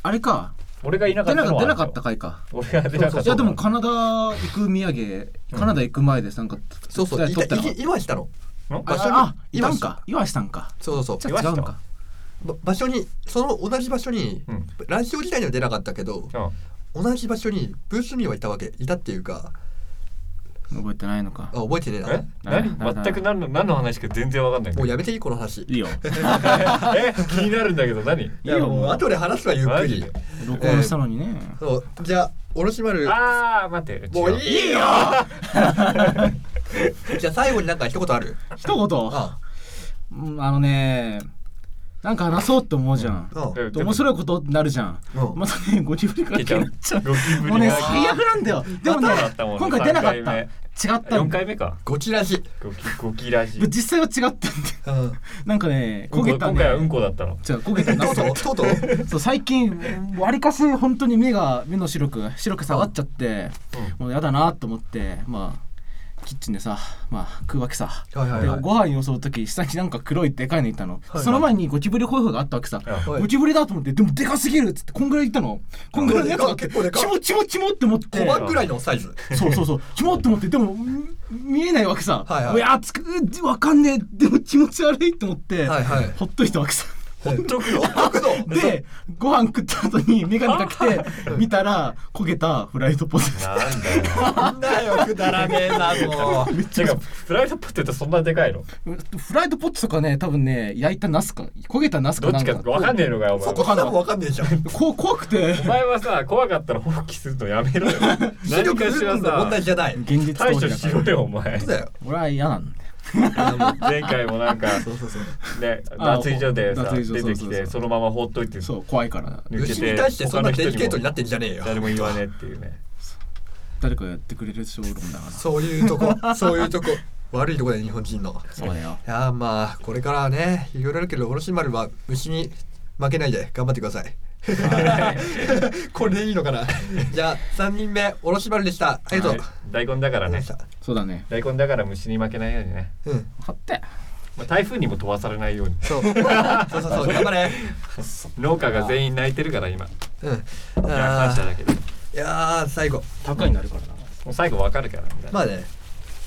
D: あれか
B: 俺がいなか
D: 出
B: ったの
D: なか
B: は
D: 出なかった回か
B: 俺が出なかった
D: いやでもカナダ行く土産カナダ行く前でなんか
A: そうそうい
D: 二人撮
A: た
D: ってなかっ
A: い今したの
B: の
D: た
A: 場所に
D: ああい
A: 岩下
D: たんか岩下さんか
A: そうそうそ
D: じ
A: う
D: ゃあ違うのか
A: ば場所にその同じ場所に
B: うん
A: ラジオ時代には出なかったけど
B: うん
A: 同じ場所にブースにはいたわけいたっていうか
D: 覚えてないのか
A: あ覚えてねえな
B: え何
D: なな
B: 全く何の何の話か全然わかんない
A: もうやめていいこの話い
D: いいよ
B: え気になるんだけど 何
D: いいよもう
A: 後で話すわゆっ
B: マ
A: く
B: ジ
A: り
B: で
D: 録音したのにね
A: そうじゃあおろし丸
B: あー待って
A: もう
B: い
A: いいよじゃあ最後になんか一言ある
D: 一言
A: あ
D: うんあのねなんか話そうって思うじゃん。
A: あ
B: で
D: 面白いことになるじゃん。
A: うん
D: またね、ゴキブリ関係になっちゃう。
B: ゴキブ
D: もう
B: リ
D: ね、
B: が
D: 最悪なんだよ。でもね
B: バターだったもん、ね
D: 今回出なかっ
B: 三
D: た。
B: 回
D: 違った
B: 4
D: んだ。
B: 回目か
A: ゴチラジ
B: ゴキゴキラジ
D: 実際は違ったんだよ。
A: うん
D: なんかね、焦げた
B: 今回はうん
D: ね。
B: こだったの
D: じゃあ焦げたな
A: とうとうとうとう
D: そう最近わりかし本当に目が目の白く白く下がっちゃって、もうやだなと思ってまあキッチンでさまあ食うわけさ、
A: はいはいはい
D: でご飯を襲う時下になんか黒いでかいのいたの、
A: はい
D: その前にゴキブリホイホイがあったわけさ、
A: はい
D: ゴキブリだと思ってでもでかすぎるっつってこんぐらいいたのこんぐらいのやつがあって
A: 結構でかい
D: チモチモチモって思って
A: 小判ぐらいのサイズ
D: そうそうそう、キモって思って、でも、ん見えないわけさ。
A: はいはい
D: や、つく、うわかんねえ、でも気持ち悪いって思って、
A: はいはい
D: ほっといたわけさ。
A: ほっとくのほっとくの
D: で、ご飯食った後に眼鏡かけて、見たら、焦げたフライドポテト。
B: なんだよ
A: なんだよくだらねえなも う
B: てかフライドポテトそんなでかいの
D: フライドポテトかね、多分ね、焼いたナスか、焦げたナス
B: ど
D: か
B: っ
D: なん
B: ち
D: か。
B: かわかんねえのかよお前
A: そこからもわかんねえじゃん
D: こ怖くて、
B: お前はさ怖かったら放棄するのやめ ろよ
A: 視
B: 何
A: 力
B: かし
A: 云々
B: ら
A: の問
B: さ
A: 題じゃない
D: 現実
B: 対
D: 逃
B: 処
D: 避
B: し
D: だ
B: ろ
D: から。
B: よお前
A: そうだよ
D: 俺は嫌なんだよ。
B: 前回もなんか
A: そうそうそう
B: ね
D: あ
B: 脱衣所でさ
D: 脱衣所
B: 出て
D: そ
B: き
D: うそうそ
B: て
D: う
B: そのまま放っといて
D: そう、怖いから。
B: 抜け
A: 牛
B: て
A: に対してそんな
B: 他
A: デ
B: の
A: リケート
B: 人
A: になってんじゃねえよ
B: 誰も言わねえっていうね
D: 誰かやってくれるショールームだから。
A: そういうとこ そういうとこ悪いとこだよ日本人の
D: そうだよ。
A: いやーまあこれからはねいろいろあるけど卸丸は牛に負けないで頑張ってください これでいいのか なじゃあ3人目卸丸でしたありがとう
B: はい大根だか
A: ござ
B: ら
A: いま
B: ね
A: した
D: そうだね。
B: 大根だから虫に負けないようにね、
A: うん
D: 貼って。
B: まあ、台風にも飛ばされないように
A: そうそうそうそう 頑張れ
B: 農家が全員泣いてるから今い
A: うん
B: や感
A: あ
B: 謝だけども
A: ーいやー最後
D: 高いになるからな。
B: う最後わかるからみたいな
A: まあね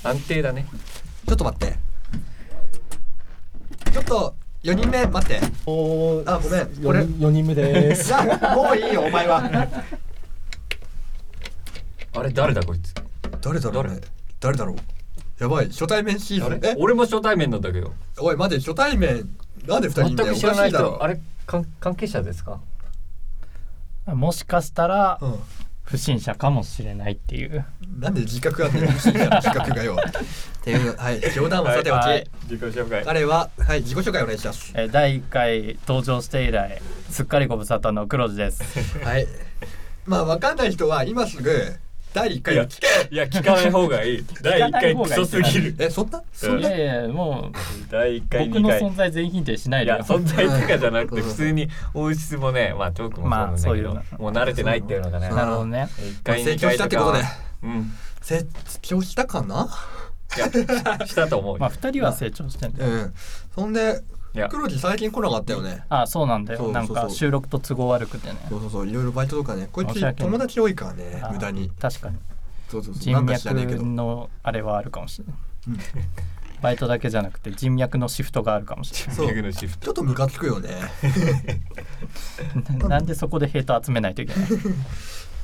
B: 安定だね
A: ちょっと待ってちょっと4人目待って
C: お
A: あごめん俺
C: 四人目です。
A: じゃあもういいよお前は
B: あれ誰だこいつ
A: 誰だろうね誰だろうやばい初対面シー
B: あ
A: ズン
B: れ
A: え
B: 俺も初対面なんだけど
A: おい待て初対面なんで二人
B: 全
A: いんだよ
B: く知らない
A: おかしだ
B: 人
A: ろ
B: あれかん関係者ですか
C: もしかしたら
A: う
C: 不審者かもしれないっていう。
A: んなんで自覚がね不審者の自覚がよっていうはい冗談はさておき、
C: はい
B: 自己紹介
A: 彼ははい自己紹介お願いし ます
C: えー第1回登場して以来すっかりご無沙汰の黒字です。
A: はいまあわかんない人は今すぐ第一
B: い
A: 回
B: や
A: を聞け
B: いや聞かない方がいい第1回クソすぎる
A: えそんなそん
C: い
A: な
C: やいやも
B: 第1
C: う
B: 回
C: 僕
B: 2
C: の
B: 回
C: 存在全否定しない
B: い
C: で
B: や
C: よ。
B: 存在とかじゃなくて
A: うん
B: 普通に音質もねまあトークもそうなんだけど、
C: まあそういう
B: もう慣れてないっていうのがね
A: そう
C: なるほどね。
B: 1
A: まあ
B: 回
A: 成
B: 2
A: 長
B: 回
A: したっ
B: と
A: てこと
B: か
A: で
B: うん
A: 成長したかない
B: やししたと思う、
C: まあ2人は成長してんだよ。
A: うんそんで
B: いや
A: 黒字最近来なかったよね
C: あそうなんだ
A: そ
C: よ。
A: う
C: なん
A: そうそ
C: か
A: う
C: 収録と都合悪くてね。
A: そうそうそういろいろバイトとかねこい
C: 申
A: つ
C: し訳ない
A: 友達多いからね
C: あ
A: 無駄に
C: 確かに
A: そうそうそうな
C: 人
A: んか知らねえけ
C: 脈
A: ど
C: のあれはあるかもしれない。バイトだけじゃなくて人脈のシフトがあるかもしれ
A: そう
B: 逆のシフ
A: ちょっとムカつくよね
C: な い。ななんでそこでヘイト集めないといけない。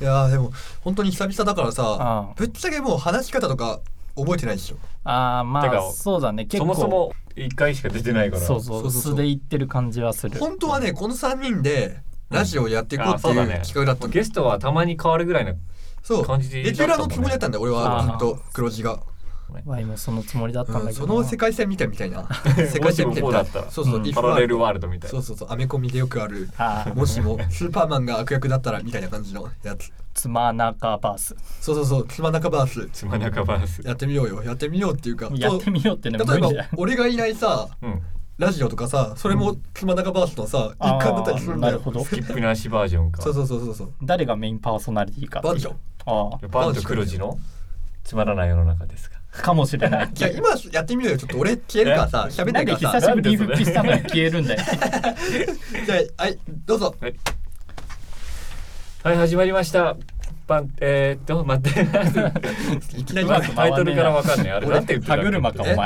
A: いやーでも本当に久々だからさ
C: ああ
A: ぶっちゃけもう話し方とか覚えてないでしょ
C: ああま
B: てか
C: あそうだね
B: ト
C: 結
B: そ
C: 構
B: もそも1回しか出てないから
C: そうそ
A: そう
C: う
A: そうそう
C: 素で言ってる感じはする。
A: 本当はねこの3人でラジオをやっていこう
B: あ
A: って
B: そ
A: いう
B: だ
A: う
B: ね
A: 企画だったの
B: ゲストはたまに変わるぐらいの
A: そう
B: 感じで
A: レギュラーのつもりだったんだよ俺は
C: ああ
A: ずっと黒字が、
C: ワイもそのつもりだったん
A: う
C: だ
A: ん、
C: けど
A: そ
C: な、
A: の世界線みたいみたいな世界線みたいみたい
B: もしもこうだったら
A: そうそう、
C: うん
A: イフ
B: パ
A: は
B: ラレルワールドみたい
A: そ
B: な
A: うそうそうアメコミでよくある
C: ああ
A: もしもスーパーマンが悪役だったらみたいな感じのやつ
C: つまなかバース
A: そうそうそうつまなかバース
B: つまなかバース
A: やってみようよやってみようっていうか
C: やってみようってね
A: と
C: 無
A: 例え
C: 理
A: ば
C: だ
A: 俺がいないさ
B: うん
A: ラジオとかさそれもつまなかバースのさ一環だったりするんだ
C: なる
A: よ
C: ほど
B: スキップなしバージョンか
A: そうそうそうそうそう
C: 誰がメインパーソナリティかってい
A: バ
C: う
A: ンジョン
C: あ
B: バンと黒字のつまらない世の中ですか
C: あかもしれない
A: いや今やってみるよちょっと俺消えるからさ喋んな
C: ないん
A: か
C: で
A: ら
C: 久
A: さ
C: しぶりに復帰したのに消えるん だよ
A: じゃあはいどうぞ
B: はい始まりましたバンえー、っと待 って
A: いきな
B: う
A: り
B: ま
A: ま
B: く
A: す
B: タイトルからわかんないあれなんて言ってたっ
C: 歯
B: け
C: 車かお前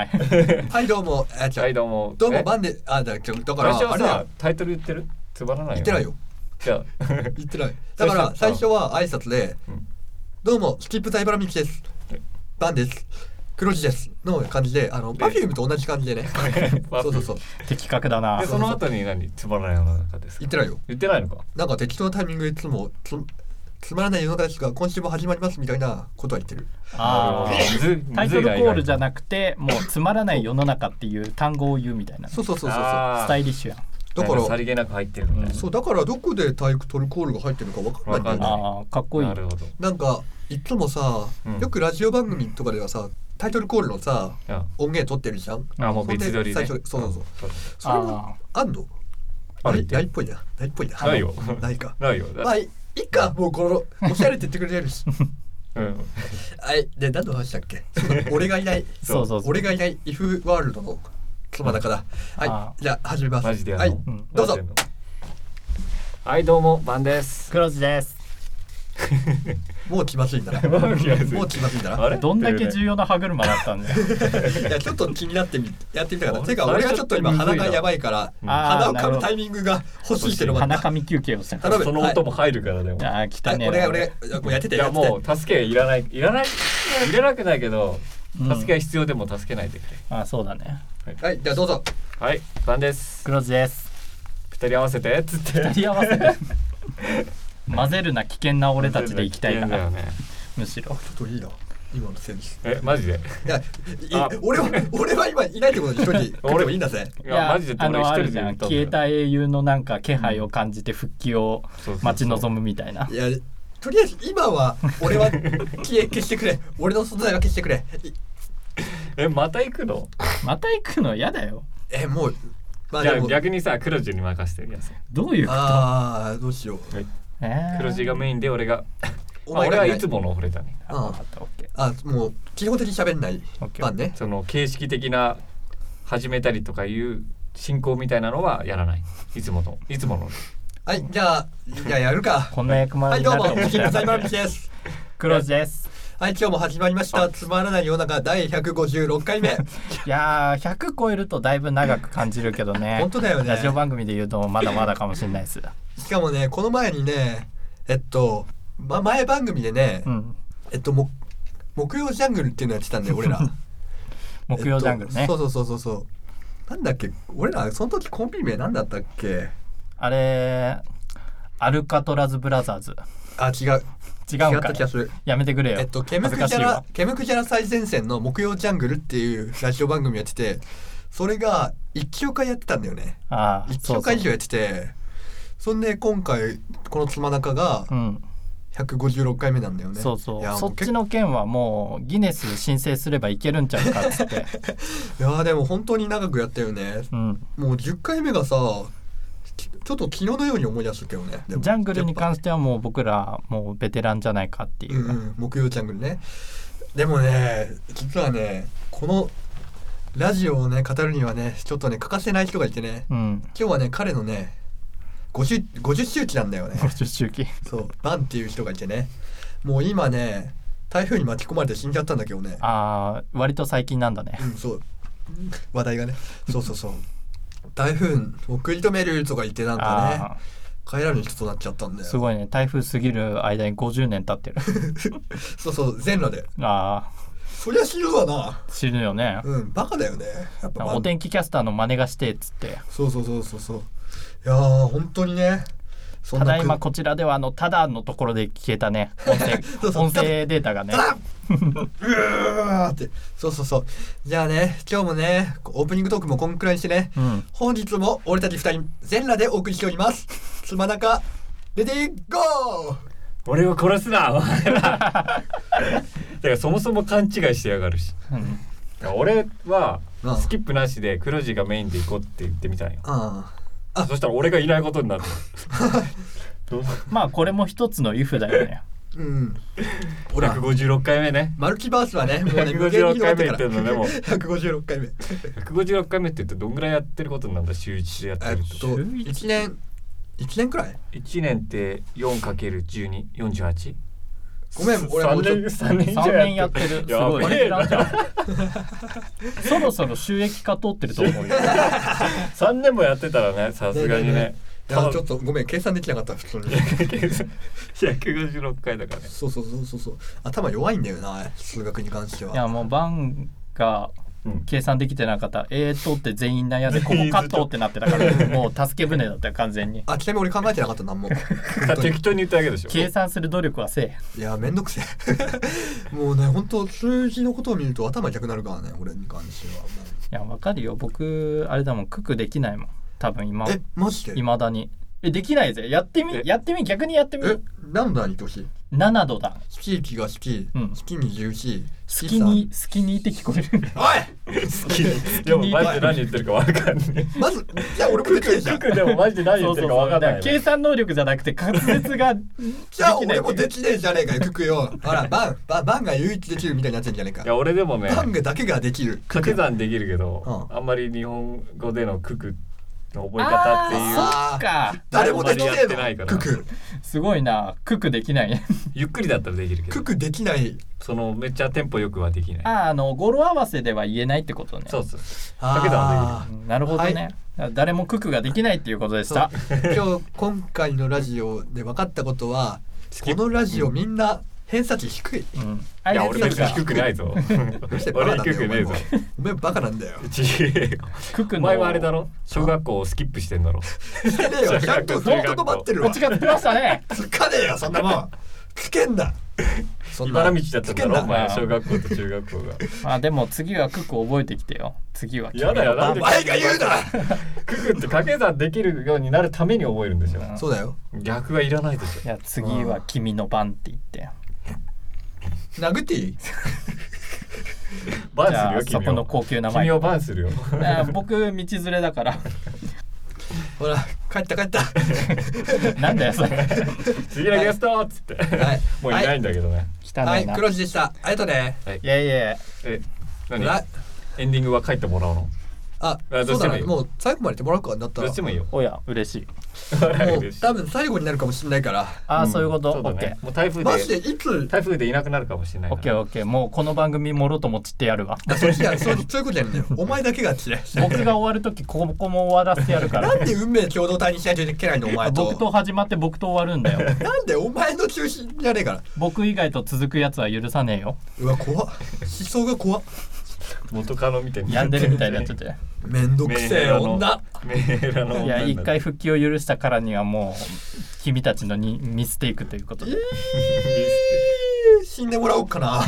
A: はいどうもあじゃあ
B: はいどうも
A: どうも
B: え
A: バンであだからだか
B: 最初
A: らあれだ
B: はさ
A: よ
B: タイトル言ってるつまらない
A: 言ってないよ
B: じゃあ
A: 言ってないだから最
B: 最
A: 初
B: 初
A: は挨拶で
B: うん
A: どうもスキップタイバラミキです
B: はい
A: バンです黒字ですの感じであのパフュームと同じ感じ でねそうそうそう
C: 的確だ な
B: でその後に何つまらない世の中ですか
A: 言ってないよ
B: 言ってないのか
A: なんか適当なタイミングでいつもつつまらない世の中ですが今週も始まりますみたいなことは言ってる
C: あ
B: むずむずいな
C: あタイトルコールじゃ
B: 意
C: なくてもうつまらない世の中っていう単語を言うみたいな
A: そうそうそうそうそう
B: 外と
C: スタイリッシュやん
A: だから
B: なんさりげなく入ってるみたいな、
C: うん
A: そうだからどこで体育トルコールが入ってるのか分かんないんだよ
B: わ
A: ね
C: ああかっこいい
B: なるほど
A: なんかいつもさ
B: うん
A: よくラジオ番組とかではさタイトルコールのさ
B: あ
A: 音源取ってるじゃん
B: あもう別撮りで
A: 最初そうそうそう
B: そう
A: それも
C: あ
A: あんの
B: あ
A: な
B: るっ
A: い
B: て
A: ないっぽいなないっぽいな
B: ないよ
A: ない か
B: ないよ
A: まあいいいかもうこのおしゃれって言ってくれてる し
B: うん
A: はいで何の話だっけそうだ俺がい ない
C: ーそうそうそう
A: 俺がいないイフワールドのつまだから
C: あ
A: はいじゃあ始めます
B: マジでや
A: は
B: る
A: い
B: の
C: うん
A: どうぞ
B: マジでやるのはいどうもバンです
C: クロスです
A: もう気まずいんだな
B: もう気まずい
A: もう気まずいんだな
B: あれ
C: どんだけ重要な歯車だったんだ よ
A: いやちょっと気になってみやってみたから
B: あ
A: てか俺がちょっと今
B: 最初
A: 鼻
B: ってむずいな
A: がやばいから
B: うん
C: あー
A: 鼻をか
C: なる
A: む
C: ほど
A: タイミングが欲しいってのもあっ
C: 鼻
A: た
C: かみ休憩をした
A: 頼む
B: その音も入るからでも
C: ああ来
A: は
C: た
A: い
C: ね
A: お願いお願いこうやってて
B: い
A: や
B: や
A: ってて
B: もう助けいらないいらないいらなくないけど
C: うん
B: 助けが必要でも助けないでくれ、
C: ああそうだね
A: はいじゃあどうぞ
B: はいバンです
C: クロスです
B: 二人合わせてっつって
C: 二人合わ せて混ぜるな危険な俺たちで行きたいか
B: だよ
C: ら
B: ね
C: むしろ
A: あちょっといいな今のセンス
B: えマジで
A: いやい
B: あ
A: 俺は俺は今いないってことで一人に来てもいいんだぜ
B: いやマジで
C: あ
B: 俺一
C: のあ
B: 人
C: る
B: で
C: じゃ
B: 言
C: ん
B: った
C: 消えた英雄のなんか気配を感じて復帰を待ち望
B: む
C: むみたいない
A: やとりあえず今は俺は消え消してくれ俺の存在は消してくれい
B: えまた行くの
C: また行くの嫌だよ
A: えもうま
B: じゃ
A: で
B: あ
A: も
B: 逆にさ黒字に任せてみやす
C: どういうこと
A: あーどうしよう
C: えー
B: 黒字がメインで俺が
A: お
B: まあ
A: 前
B: 俺
A: が
B: はい
A: ない
B: つもの惚れたね
A: う
C: あ
A: ん
C: わかったオッケー
A: あもう基本的に喋んない
C: オッケー
A: パンね
B: その形式的な始めたりとかいう進行みたいなのはやらないいつものいつもの
A: はいじゃあじゃあやるか
C: こんな役
A: は
C: 回り
A: い
C: に
A: どうも、
C: なると
A: お
C: 思っ
A: き
C: て
A: み
C: な
A: さ
C: か
A: い
C: っ
A: ま
C: た
A: みです。
C: 黒字です
A: はい、今日も始まりました。つまらない世の中第156回目。
C: いやー100超えるとだいぶ長く感じるけど ね
A: 本当だよね
C: ラジオ番組で言うとまだまだかもしれないです
A: しかもね、この前にね、えっと、ま、前番組でね、
C: うん
A: えっと、も木曜ジャングルっていうのやってたんだよ、俺ら。
C: 木曜ジャングルね、
A: えっとそうそうそうそうそう。なんだっけ、俺ら、その時コンビ名なんだったっけ
C: あれアルカトラズブラザーズ
A: あ、違う。
C: 違
A: 違っ
C: うんか
A: た
C: い
A: 気がする。
C: やめてくれよ、
A: えっと、ケム
C: 恥
A: ク
C: ず
A: ジャ
C: かしい
A: ラ
C: わ、
A: ケムクジャラ最前線の木曜ジャングルっていうラジオ番組やってて、それが一兆回やってたんだよね。
C: ああ
A: 1回以上やっててそんで今回この「つまなか」が
C: うん、
A: 156回目なんだよね
C: そうそ
A: いや
C: う
A: も
C: そうっ
A: 結
C: ちの件はもうギネス申請すればいけるんちゃうかっつ って、
A: いやでも本当に長くやったよね
C: うん、
A: もう10回目がさきちょっと昨日のように思い出すけどねでも
C: ジャングル
A: や
C: に
A: っ
C: 関してはもう僕らもうベテランじゃないかってい
A: ぱうん
C: う、
A: うん木曜ジャングルねでもね実はねこのラジオをね語るにはねちょっとね欠かせない人がいてね
C: うん、
A: 今日はね彼のね 50, 50周期なんだよ ね
C: 50周期
A: そうバンっていう人がいてねもう今ね台風に巻き込まれて死んじゃったんだけどね
C: ああ割と最近なんだね
A: うんそう話題がねそうそうそう台風を食い止めるとか言ってなんか
C: あ
A: ね帰らぬ人となっちゃったんだ
C: あ
A: よ
C: すごいね台風過ぎる間に50年経ってる
A: そうそう全裸で
C: ああ
A: そりゃ死ぬわな
C: 死ぬよね
A: うんバカだよねやっぱ、
C: お天気キャスターの真似がしてっつって
A: そうそうそうそうそういやー本当にねそ
C: ただいま
A: こ
C: こちらではあのただのところで消えたね
A: そう
C: 音声
A: そう
C: 音声データ がね
A: あうわーってそうそうそうじゃあね今日もねオープニングトークもこんくらいにしてね、
C: うん
A: 本日も俺たち二人全裸でお送りしておりますつまなかレディーゴー
B: 俺を殺すなお前らだからそもそも勘違いしてやがるし
C: うん
B: 俺は
A: うん
B: スキップなしで黒字がメインで行こうって言ってみたんよ
A: あ
B: そしたら俺がいないことにな るどう
C: まあこれも一つの「イフ」だよね
A: あうん俺は
B: 156回目ね
A: マルチバースはねもうね無限に広
B: 156
A: が
B: 回
A: って
B: 目
A: か
B: 言っ
A: ら
B: てんのねもう
A: 156回目
B: 156回目って言ってどんぐらいやってることになるんだ週1でやって
A: え
B: る
A: っ
B: と
A: と一年一年くらい
B: 1年って 4×1248
A: ごめん俺もうちょっと
B: 3年
C: 3年やってるすご
B: や
C: い
B: べ
C: ベ
B: え
C: テ
B: な
C: ランじゃん そろそろ収益化通ってると思うよ
B: 3年もやってたらねさすがにね
A: ねいやちょっとごめん計算できなかった普通に
B: 156回だからね
A: そうそうそうそうそう頭弱いんだよな数学に関してはい
C: やもうバンが
B: うん
C: 計算できてなかった、えーとって全員 悩んでここカットってなってたからもう助け舟だったよ完全に
A: あちなみに俺考えてなかったなんも
B: あ
A: 本当に
B: 適当に言ったわけでしょ
C: 計算する努力はせえ
A: いやめんどくせえ もうね本当数字のことを見ると頭痛くなるからね俺に関してはもう
C: いやわかるよ僕あれだもんククできないもん多分今
A: えマジで
C: いまだにえできないぜやってみ
B: え
C: やってみ逆にやってみ
A: え何だにとし
C: 7度だ
A: スキー気が好き、
C: うん
A: 好きに重視
C: スキニースキニーって聞こえるんだよ
A: おい好きに
B: でもマジで何言ってるかわかんない
A: まずいや俺も出てるじゃん
B: クでもマジで何言ってるかわかんない
C: 計算能力じゃなくて滑舌ができ
A: じゃあ
C: ない
A: 俺もできねえじゃねえかよククよほらバンバンバンが唯一できるみたいになってんじゃねえ
B: いや
A: か
B: 俺でもね
A: バンがだけができる
B: 掛け算できるけど、
A: う
B: あんまり日本語でのククの覚え方っていう
A: あー
C: か
A: 誰もできね
B: あんまりやってな
A: え
B: いか
A: の
B: ら
A: クク
C: すごいなククできないね
B: ゆっくりだったらできるけど
A: ククできない
B: そのめっちゃテンポよくはできない
C: ああの語呂合わせでは言えないってことね
B: そうそう掛け算は
A: あ
C: うんなるほどね、
A: はい
C: だから誰もククができないっていうことでし
A: ー
C: た
A: そう今日今回のラジオで分かったことは
B: 好き
A: このラジオみんな偏差値低い
C: うん
B: できるいや
C: あ
B: 俺
C: れ
B: 別に低くない
A: う
B: ぞ
A: るせえバカ
B: 俺
A: なんだ
B: 低く
A: よお前
B: ね
A: も
B: え ぞ
A: お前バカなんだよ
B: ちげえよ
C: クク
B: お
C: の
B: 前はあれだろ小学校をスキップしてんだろ
A: してねえよちゃんとずっと困ってる
C: 間
A: わ
C: 違ってましたね
A: つかねえよそんなもんつけんなそんな
B: 茨道だったんだろお
A: つけん
B: 前
A: な
B: は小学校と中学校が
C: まあでも次はクク覚えてきてよ次は君
B: やだよな
A: お
B: んで
A: 前が言うな
B: ククって掛け算できるようになるために覚えるんでしょ
C: ん
A: そうだよ
B: 逆はいらないでし
C: いや次は君の番って言って
A: 殴っていい
B: ょバ
C: じゃ
B: ン
C: あ
B: す
C: そ
B: るよ
C: こ
B: 君
C: の
B: を
C: 高級名前
B: 君をバンするよ
C: いや僕道連れだから
A: ほら帰った帰った
C: なんだよそれ
B: 次のゲストっつって
A: はい
B: もういないんだけどね
C: 汚いな、
A: はい
C: い、
A: 黒字でしたありがとうね
C: やいや
B: え何
A: ら
B: エンディングは書いてもらうの
A: あ
B: あど
A: そうう
B: して
A: だ
B: もいい
A: ねもう最後までやってもらうかなった
B: ど
A: ら
B: っちもいいよ
C: おや嬉しい
A: もう多分最後になるかもしれないから
C: ああ、そういうこと
B: そう
C: オ
B: だ
C: ッケ
B: ねもう台風
A: マジで
B: で
A: いつ
B: 台風でいなくなるかもしれない
C: ーオッケーオッケーもうこの番組もろとも散ってやるわ
A: いやそうそういうことじゃないんだよお前だけが嫌い
C: 僕が終わる時ここも終わらせてやるか
A: な
C: ら
A: んで運命共同体にしないといけないのお前と
C: 僕と始まって僕と終わるんだよ
A: なんでお前の中心じゃねえから
C: 僕以外と続くやつは許さねえよ
A: うわ怖っ思想が怖っ
B: 元カノみたいに
C: 病んでるみたいになっちゃって
A: めんどくせえ女
B: メーラの女
C: い
B: にな
C: や
B: る
C: 一回復帰を許したからにはもう君たちのにミステイクということで
A: 死んでもらおうかな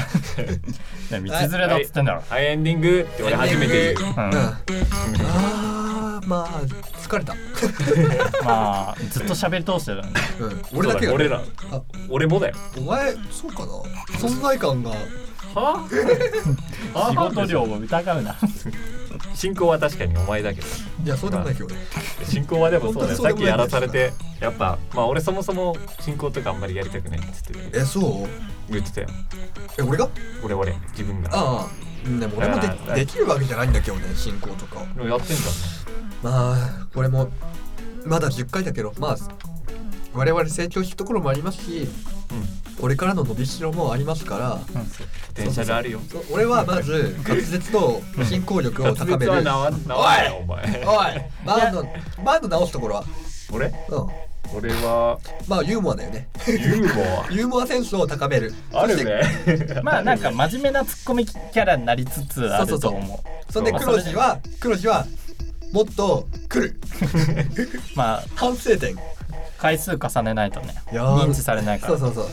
C: 道連れだっつってんだろ、
B: はいエンディングって俺初めて言う
A: うんああまあ疲れた、
C: うん、まあずっと喋り通してたのね
A: うん、俺だけが
B: そう俺ら
A: あ
B: 俺もだよ
A: お前そうかな存在感が
B: は あ
C: 仕事量を疑うな
B: 進行は確かにお前だけど
A: いやそうでもないけど俺
B: 進行はでもそうだ
A: 本
B: よ
A: 当
B: さ
A: に
B: っ
A: そう
B: き
A: でもない
B: やらされてやっぱまあ俺そもそも進行とかあんまりやりたくないっつって
A: えそう
B: 言ってたよ
A: え俺が
B: 俺俺自分が
A: ああでも俺も
B: だから
A: でできるわけじゃないんだけどね進行とか
B: でもやってんじ
A: まあこれもまだ10回だけどまあ我々成長してるところもありますし
B: ゃんね
A: これからの伸びしろもありますから
B: うん電車であるよ
A: そう俺はまず滑舌と進行力を
B: 滑
A: 高め
B: 舌
A: るお
B: はいなわないよお前
A: おいバンドバンド直すところは
B: 俺
A: うん
B: 俺は
A: まあユーモアだよね
B: ユーモ
A: ユーモアセンスを高める
B: アあ
A: そし
B: る
A: て
B: ね
C: まあなんか真面目なツッコミキャラになりつつあると思う
A: そうそんで黒字は黒字はもっと来る
C: まあ
A: 反省点い
C: 回数重ねないとね
A: やー
C: 認知されないから
A: そうそうそう、い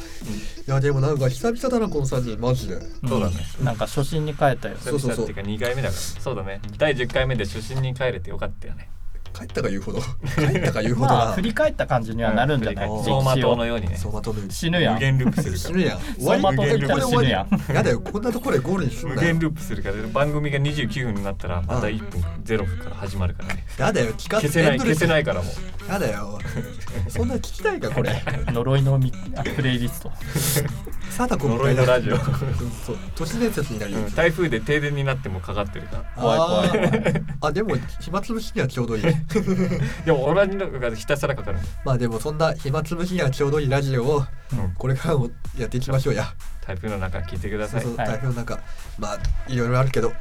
A: やでもなんか久々だなこの3人マジで
C: ん
B: そうだね
C: なんか初心に帰ったよ
A: そうそうそう
B: 久々っていうか2回目だからそうだね第10回目で初心に帰れてよかったよね
A: 帰ったか言うほど帰ったか言うほど
C: まあ
A: な
C: 振り返った感じにはなるんじゃない、
B: う
C: 歴
B: 走
C: 史
B: 馬灯の
C: を
B: ようにね
A: 走馬灯のように
C: 死ぬや
B: 無
C: ん
B: 限ループするか
A: 死
B: ら
A: ぬやん
C: 走馬灯
A: え
C: 見たら死ぬやん
A: これ終わりやだよこんなところでゴールにする
B: 無
A: なよ
B: 限ループするから番組が29分になったらまた1分0分から始まるからね
A: やだよ聞か
B: 消せない消せないいからもう
A: やだよそんな聞きたいかこれ
C: 呪いのみあプレイリスト
A: さだこ
B: 呪いのラジオ
A: そう都市伝説になるよ、
B: うん台風で停電になってもかかってるから
C: 怖い怖
A: あ
C: い
A: ーあでも暇つぶしにはちょうどいい
B: でも同じのがひたすらかかる
A: まあでもそんな暇つぶしにはちょうどいいラジオを
B: うん
A: これからもやっていきましょうや、
B: 台風の中聞いてくだ
A: そう
B: さい
A: そう
C: はい
A: 台風の中まあいろいろあるけど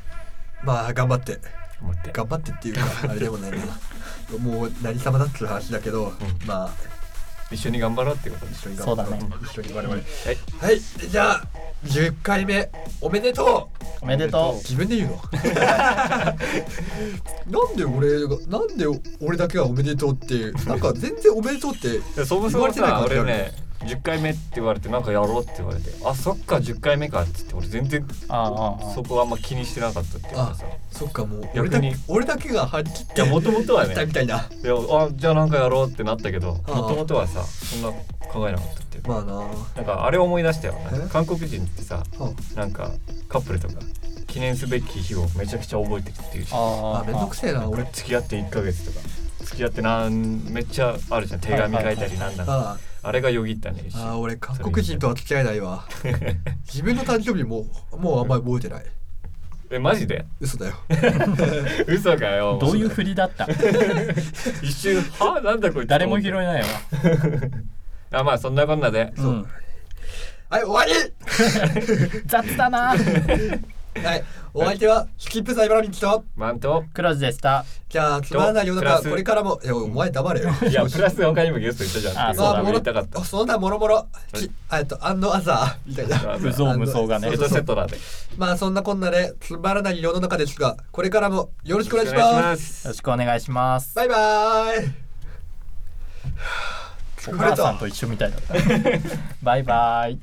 A: まあ頑張って
B: 思って
A: 頑張ってっていう かあれでもないなもう何様だっつう話だけど、
B: ん
A: まあ
B: 一緒に頑張ろうってことで
A: 一緒に頑張
C: そうだね
A: 一緒に我々はい
B: はい
A: じゃあ10回目おめでとう
C: おめでとう
A: 自分で言う のなんで俺がなんで俺だけはおめでとうっていうなんか全然おめでとうって
B: でそもそ
A: 言わ
B: も
A: れてない
B: さ
A: 感じだ
B: 俺
A: よね
B: ね10回目って言われてなんかやろうって言われてあそっか10回目かっつって俺全然
C: ああああ
B: そこはあんま気にしてなかったっていうか
A: あ
B: さ
A: そっかもう
B: 逆
A: 俺だ
B: に
A: 俺だけが張り切って
B: いやもともとは
A: 来たみ
B: ね
A: たいない
B: やあじゃあなんかやろうってなったけども
A: ああ
B: ともとはさそんな考えなかったっていうか
A: まあな
B: なんかあれ思い出したよ
A: え
B: 韓国人ってさ
A: あ
B: なんかカップルとか記念すべき日をめちゃくちゃ覚えてるっていうし
C: あ
A: あめんどくせえな俺
B: 付き合って1ヶ月とか付き合ってなんめっちゃあるじゃん手紙書いたりなんだ
A: あ
B: あれがよぎったね一
A: あ
B: 瞬
A: あ俺韓国人とは付き合えない わ自分の誕生日ももうあんまり覚えてない
B: えマジで
A: 嘘だよ
B: 嘘かよ
C: どういう振りだった
B: 一瞬はなんだこれ
C: 誰も拾え
B: い
C: ないわ
B: あまあそんなこんなで
C: うん
A: はい終わ
C: 雑だな
A: りはいお相手はスキップサイバラミッチと
B: マント
C: クローズでした
A: じゃあつまらない世の
B: プラ
A: 中
B: ス
A: これからもいやお前黙れよ
B: い やプラス他にもゲストいたじゃん
C: あ
B: そうだ
A: も
B: 言
A: ろ
B: いたかった
A: その他もろもろきえっとアンドアザーみたい な
C: 無造無造がね
A: あ
B: ヘ
A: の
B: ッ
A: そうそ
B: ドセ
A: う
B: ッ
A: そ
B: ト
A: う
B: だでよ
A: まあそんなこんなでつまらない世の中ですがこれからもよろしくお願いします
B: す
C: よろしくお願いし ます
A: バイバーイ
C: お
A: 疲れ
C: 母さ
A: た
C: んと一緒みたいだったバイバイ